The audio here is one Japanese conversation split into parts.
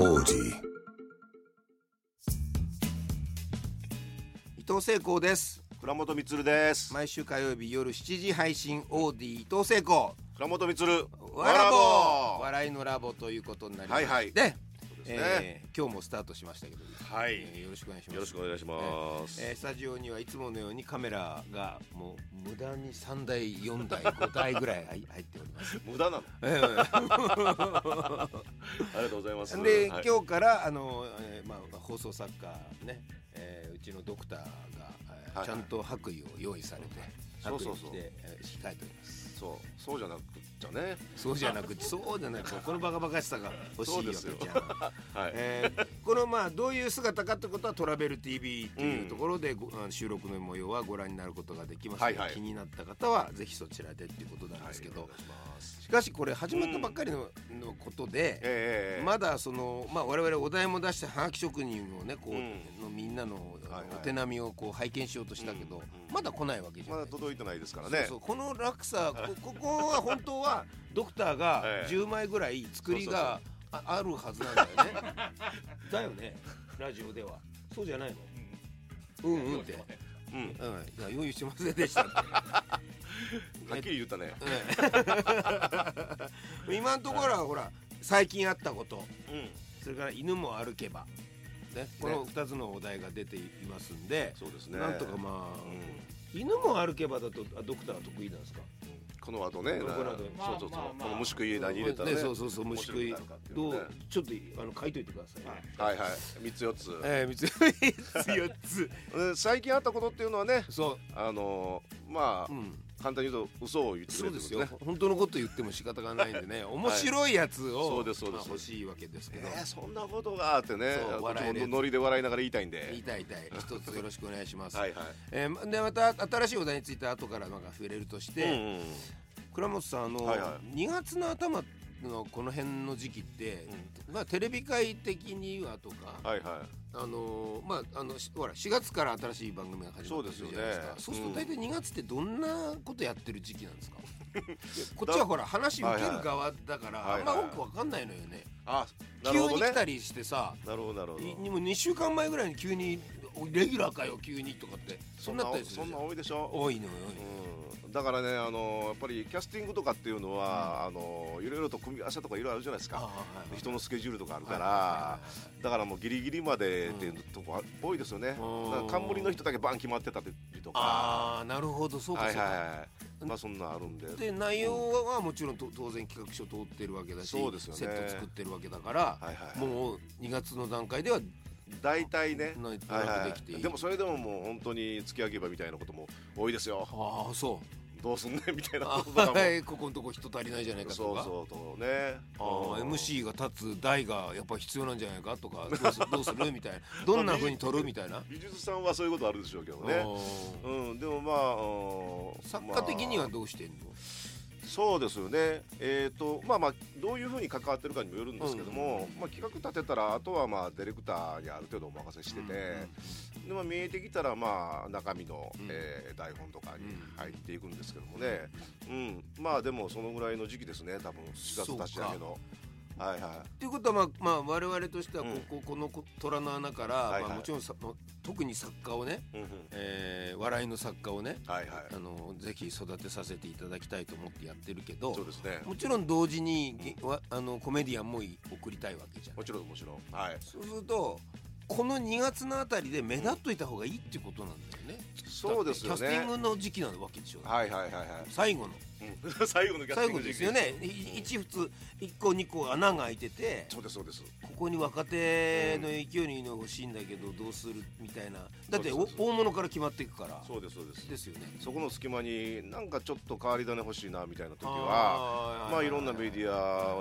王子伊藤聖光です倉本光です。毎週火曜日夜7時配信 OD 伊藤聖光倉本光。わらぼうわら笑いのラボということになります、はいはいでぼうですね。えー今日もスタートしましたけど、はえーい。よろしくお願いしますよろしくお願いします。えースタジオにはいつものようにカメラがもう無駄に3台4台5台ぐらい入入っております 無駄なの。えーありがとうございます。で、はい今日からあの、えーまあ、放送作家ね、えーうちのドクターが、えーはいちゃんと白衣を用意されてそう白そ衣を着うそうてえー控えておりますそう、そうじゃなくちゃね。そうじゃなくそうじゃなくこのバカバカしさが欲しいわけじそうですゃんよ、はい。えーこのまあどういう姿かってことは「トラベル TV」っていうところでご、あの収録の模様はご覧になることができますので、はいはい気になった方はぜひそちらでっていうことなんですけど、はいお願いしますしかしこれ始まったばっかりの,、のことで、ええまだその、まあ、我々お題も出してはがき職人のねこう、うんのみんなのはいはおい手並みをこう拝見しようとしたけど、うんうんまだ来ないわけじゃまない、だ届いてないですからね。そうそうこの落差こ ここは本当はドクターがええ10枚ぐらい作りがああるはずなんだ よねだよねラジオではそうじゃないのうんうんって、うん。うん、いや用意してませんでした ってはっきり言ったね。うん 今のところはほら最近あったことうん。それから犬も歩けば、ね、この2つのお題が出ていますんで、そうですね。なんとかまあう、ん。犬も歩けばだとあドクターは得意なんですかこの後ね。この後そうそうそうまあまあ。まあこの虫食い枝に入れたらねね。そうそうそう虫食い面白くなるかっていうどねうちょっとあの書いといてください、ねはいはい。三つ四つ。ええ三 つ四つえー最近あったことっていうのはね、そあのーまう、うん、あ簡単に言うと嘘を言ってくそれうるでってこすとよね。本当のこと言っても仕方がないんでね面白いやつを、そうですそうですまあ欲しいわけですけど、えーそんなことがあってねそう、こっ笑えちるもノリで笑いながら言いたいん言いで。たい言いたい一つよろしくお願いします、はいはい。えーまでまた新しいお題について後からなんか触れるとして、うんうん倉本さんあの、はいは2月の頭のこの辺の時期って、まあテレビ界的にはとか、はいはあのーまああのしほら4月から新しい番組が始まったりするじゃないですかそそうすうですよねると大体う2月ってどんなことやってる時期なん ですかいやこっちはほら話受ける側だから、はいはいあんま多くわかんないのよね、あ、なるほ急にど来ね。たりしてさなるほどなるほいど。もう2週間前ぐらいに急におレギュラーかよ急にとかってそんなあったりすそるんじなゃん多いでしょ。多いのよ多いのようん。だからね、あのーやっぱりキャスティングとかっていうのは、あのーいろいろと組み合わせとかいろいろあるじゃないですあーか。はいはい人のスケジュールとかあるはいかはいはら、だからもうギリギリまでっていうとこ多いですよね。だうんから冠の人だけバン決まってたりとか。ああなるほどそうかはそういか、はい。まあそんなあるんで。で内容ははもちろんと当然企画書通ってるわけだしそうですよねセット作ってるわけだから、はいはい。もう2月の段階では大体ね。ななんはいとはできていい、いでもそれでももう本当に突き上げばみたいなことも多いで すよああそうどうすんねんみたいなあこととかも はいここのとこ人足りないじゃないかそとうかそうとねああうん MC が立つ台がやっぱ必要なんじゃないかとかどうすどうするみ たいなどんなふうに撮るみたいな、美術さんはそういうことあるでしょうけどあねーうんでもまあうん作家的にはまどうしてんの、あそうですよねえっ、とまあまあどういうふうに関わってるかにもよるんですけども、まあ、企画立てたらあとはまあディレクターにある程度お任せしてて、でまあ、見えてきたらまあ中身の、うんえー台本とかに入っていくんですけどもね、うんまあでもそのぐらいの時期ですね多分4月立ち上げの。はいはということは、まあまあ、我々としてはこ,、うんここのこ虎の穴から、はいはいまあ、もちろんさもう特に作家をね、い、うんうんえー笑いの作家をね、はいはいあのぜひ育てさせていただきたいと思ってやってるけどそうですねもちろん同時にげわあのコメディアンもい送りたいわけじゃんもちろんもちろんはいそうするとこの2月のあたりで目立っといた方がいいってことなんだよねそうですよだってキャスティンねグの時期なわけでしょはいはいはいは最後のい、うん、 最後のキャスティ最後ングの時期ですよねい一普通1個2個穴が開いててそうですそうですここに若手の勢いにの欲しいんだけどどうするみたいなだってそうおですそうです大物から決まっていくからそうですそうですですよねそこの隙間になんかちょっと変わり種欲しいなみたいな時はまあいろんなメディ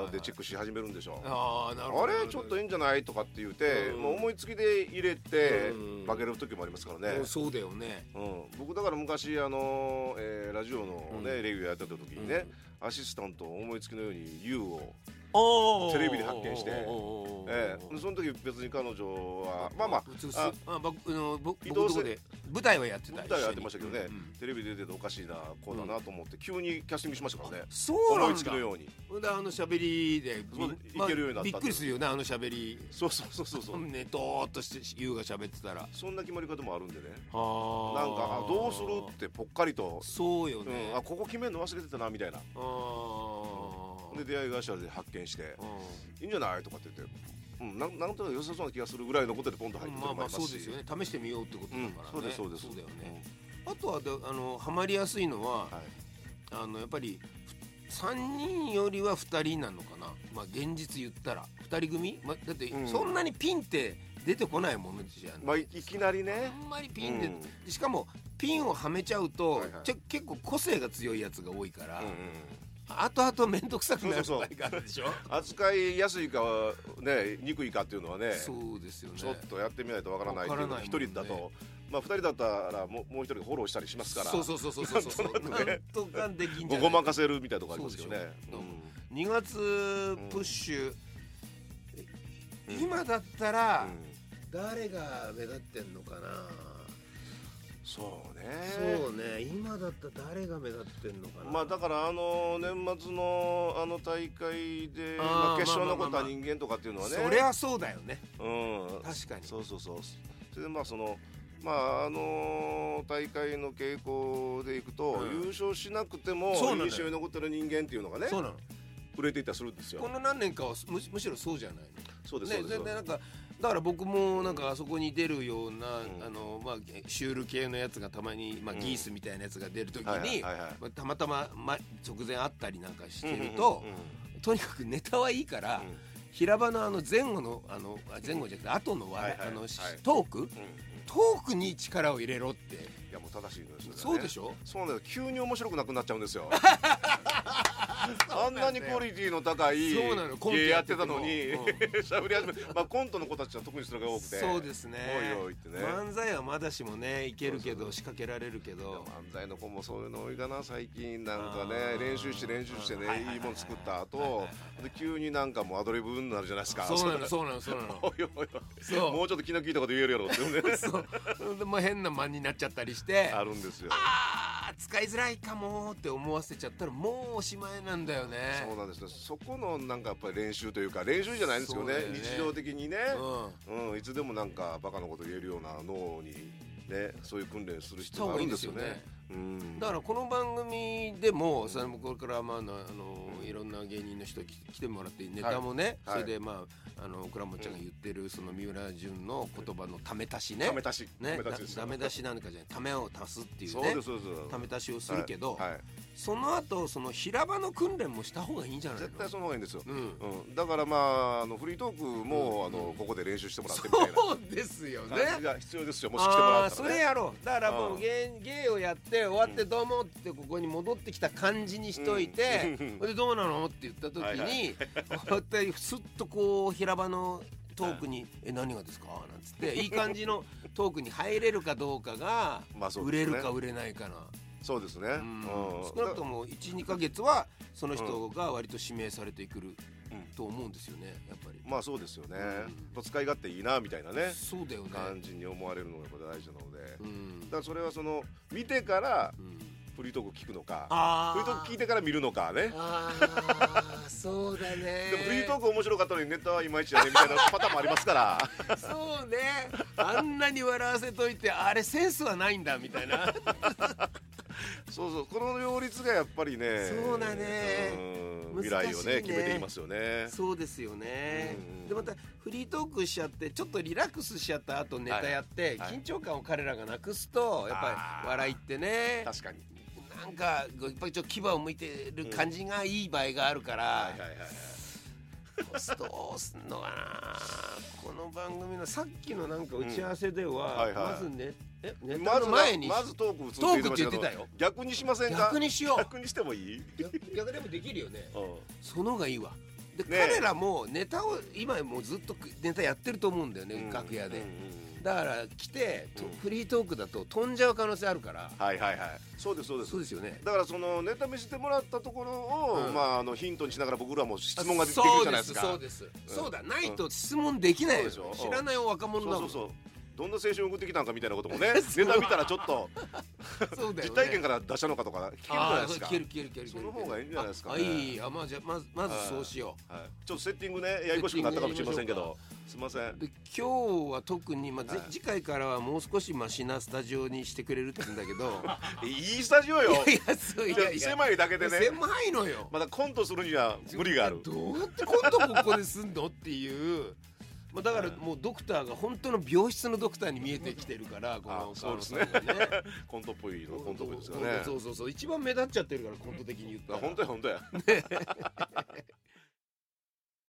アでチェックし始めるんでしょうあーなるほあどれちょっといいんじゃないとかって言って、うんもう思いつきで入れてうん負ける時もありますからねうん、そうだよねうん、僕だから昔あの、えーラジオの、ねうんレギュラーやってた時にね、アシスタントを思いつきのように YOU を、おーテレビで発見しておーえーその時別に彼女はまあまあ普通ああ僕あの僕移僕動どせこで舞台はやってた舞台やってましたけどね、一緒にうんテレビ出てておかしいなこうだなと思って、急にキャスティングしましたからねそうな思んいつきだのようにほんであの喋りでそうまいけるようになったびっくりするよねあの喋りそうそうそうそうそう、ねとーっとして優が喋ってたらなんかそんな決まり方もあるんでねなんかああどうするってぽっかりと、そうよねうん、あここ決めるの忘れてたなみたいなあーで出会い頭で発見してういいんじゃないとかって言って、うん、なんなんとなく良さそうな気がするぐらいのことでポンと入ってんくまあるまのもあありまそうすでしすよね試してみようってことだからね、うん、そうですそうでだすよね、、あとはであのハマりやすいのはうんはい、あのやっぱり3人よりは2人なのかなまあ現実言ったら2人組、まあ、だってうんそんなにピンって出てこないものじゃん、まあいいきなりねあんまりピンで、うんしかもピンをはめちゃうと、はいはいちょ結構個性が強いやつが多いから、うんうん後々面倒くさくなるそう場そ合うがあるでしょ扱いやすいかはね憎いかっていうのはねそうですよねちょっとやってみないとわからないっていうのわかがらな一いもんね人だと、まあ二人だったらもうもう一人がフォローしたりしますからそうそうそうそうそうそうなんとなくねなんとかできんじゃごなごいまかせるみたいなとこありますけどねそうでしょうん2月プッシュ、うん今だったら、うん誰が目立ってんのかな、そうねそうね今だったら誰が目立ってんのかなまあだからあの年末のあの大会であーまあ決勝まあまあ残っまあたまあ人間とかっていうのはねそりゃそうだよねうん確かにそうそうそうそれでまあそのまああの大会の傾向でいくと、うん優勝しなくてもそうなのよ印象に残ってる人間っていうのがねそうなの売れていったりするんですよこの何年かはむしむしろそうじゃないのそうですねそう、ですでそうでですなんかだから僕もなんかあそこに出るような、うんあのまあ、シュール系のやつがたまに、まあ、うんギースみたいなやつが出る時に、はいはいはいはいまあたまたま、ま、直前会ったりなんかしてると、うんうんうんとにかくネタはいいから、うん平場のあの前後のあのあ前後じゃなくて後の笑い、はいはいあのしはいトークうんうんトークに力を入れろっていやもう正しいのよそれはねそうでしょそうなんです急に面白くなくなっちゃうんです よあんなにクオリティの高いそうなのコント芸ややっってててたものに 喋り始めまあコントの子たちは特にそれが多くてそうですねおいおいってね漫才はまだしもねいけるけそうそうどそう仕掛けられるけでども漫才の子もそういうの多いかな最近なんかあねー練習して練習してはいはいはいはねいいいもの作ったはいはい後はいで急になんかもうアドリブになるじゃないですかそうなのれそうなのそうなのおいおいそおういもうちょっと気の利いたこと言えるやろってねそうでまあ変な間になっちゃったりしてあるんですよあー使いづらいかもって思わせちゃったらもうおしまいなんだよねそうなんですねそこのなんかやっぱり練習というか練習じゃないんですよねそうだよね日常的にね、うんうんいつでもなんかバカなこと言えるような脳にねそういう訓練するし必た方要があがいるいんでですすよよねね。うんだからこの番組でもそれもこれからまああのあのいろんな芸人の人来来てもらってネタもね、はいはいそれでまああの倉本ちゃんが言ってるその三浦淳の言葉のため足しねため足し、ねため足しですだダメ出しなんかじゃないためを足すっていうそうねですそうですそうですため足しをするけど、はいはいその後その平場の訓練もした方がいいんじゃないの絶対その方がいいんですよ、うん うん、だからまああのフリートークも、あのここで練習してもらってみたいそうですよな感ねじが必要ですよもし来てもらあうあたそら、れね、やろうだからもううん芸芸をやって終わってどうもってここに戻ってきた感じにしといて、うんほんでどうなのって言った時はいはにこうやってすっとこう平場のトークに「え何がですか?」なんつっていい感じのトークに入れるかどうかがまあ そう売でれすねるか売れないかな、そうですね、ううんん少なくとも12か月はその人が割と指名されてくるうんと思うんですよねやっぱり、まあそうですよね、うんと使い勝手いいなみたいなねそうだよね感じに思われるのがやっぱ大事なので、だうんからそれはその見てからうんフリートーク聞くのかあフリートーク聞いてから見るのかねあーそうだねでもフリートーク面白かったのにネタはいまいちだねみたいなパターンもありますから そうねあんなに笑わせといてあれセンスはないんだみたいなそうそうこの両立がやっぱりねそうだねうん未来を難ねしいね決めていきますよねそうですよねうんうんでまたフリートークしちゃってちょっとリラックスしちゃった後ネタやって、はい緊張感を彼らがなくすとやっぱありー笑いってね確かになんかやっぱりちょっと牙を向いてる感じがいい場合があるから、はいはいはいはいスどうすんのかなこの番組のさっきのなんか打ち合わせでは、うんはいはいまずねえネタまのず前に、まずトーク普通トークって言ってたよ逆にしませんか逆にしよう逆にしてもいい、逆逆でもできるよねうんその方がいいわで、ねえ彼らもネタを今もうずっとネタやってると思うんだよね、楽屋で、うんうんうんだから来て、とうんフリートークだと飛んじゃう可能性あるからはいはいはいそうですそうですそうですよねだからそのネタ見せてもらったところを、うんまああのヒントにしながら僕らも質問ができるじゃないですかそうですそうです、うんそうだないと質問できないよ、そうでしょ知らない若そう者だもんそうそうどんな青春を送ってきたんかみたいなこ ともねネタ見たらちょっとそうだよね実体験から出したのかとか聞けるじゃないあでーすか消える消える消えるその方がいいんじゃないですかねあいいあまあじゃあまずまずそうしよはい、ちょっとセッティングねややこしくなったかもしれませんけどすいませんうで今日は特に、まあぜはい次回からはもう少しマシなスタジオにしてくれるって言うんだけどえいいスタジオよいやそういやいや狭いだけでね狭いのよまだコントするには無理があるどうやって今度ここですんのっていう、まあ、だからもうドクターが本当の病室のドクターに見えてきてるからこのあそうですね川野さん がねコントっぽいのコントっぽいですよそうねそうそうそう一番目立っちゃってるからコント的に言ったあら本当や本当や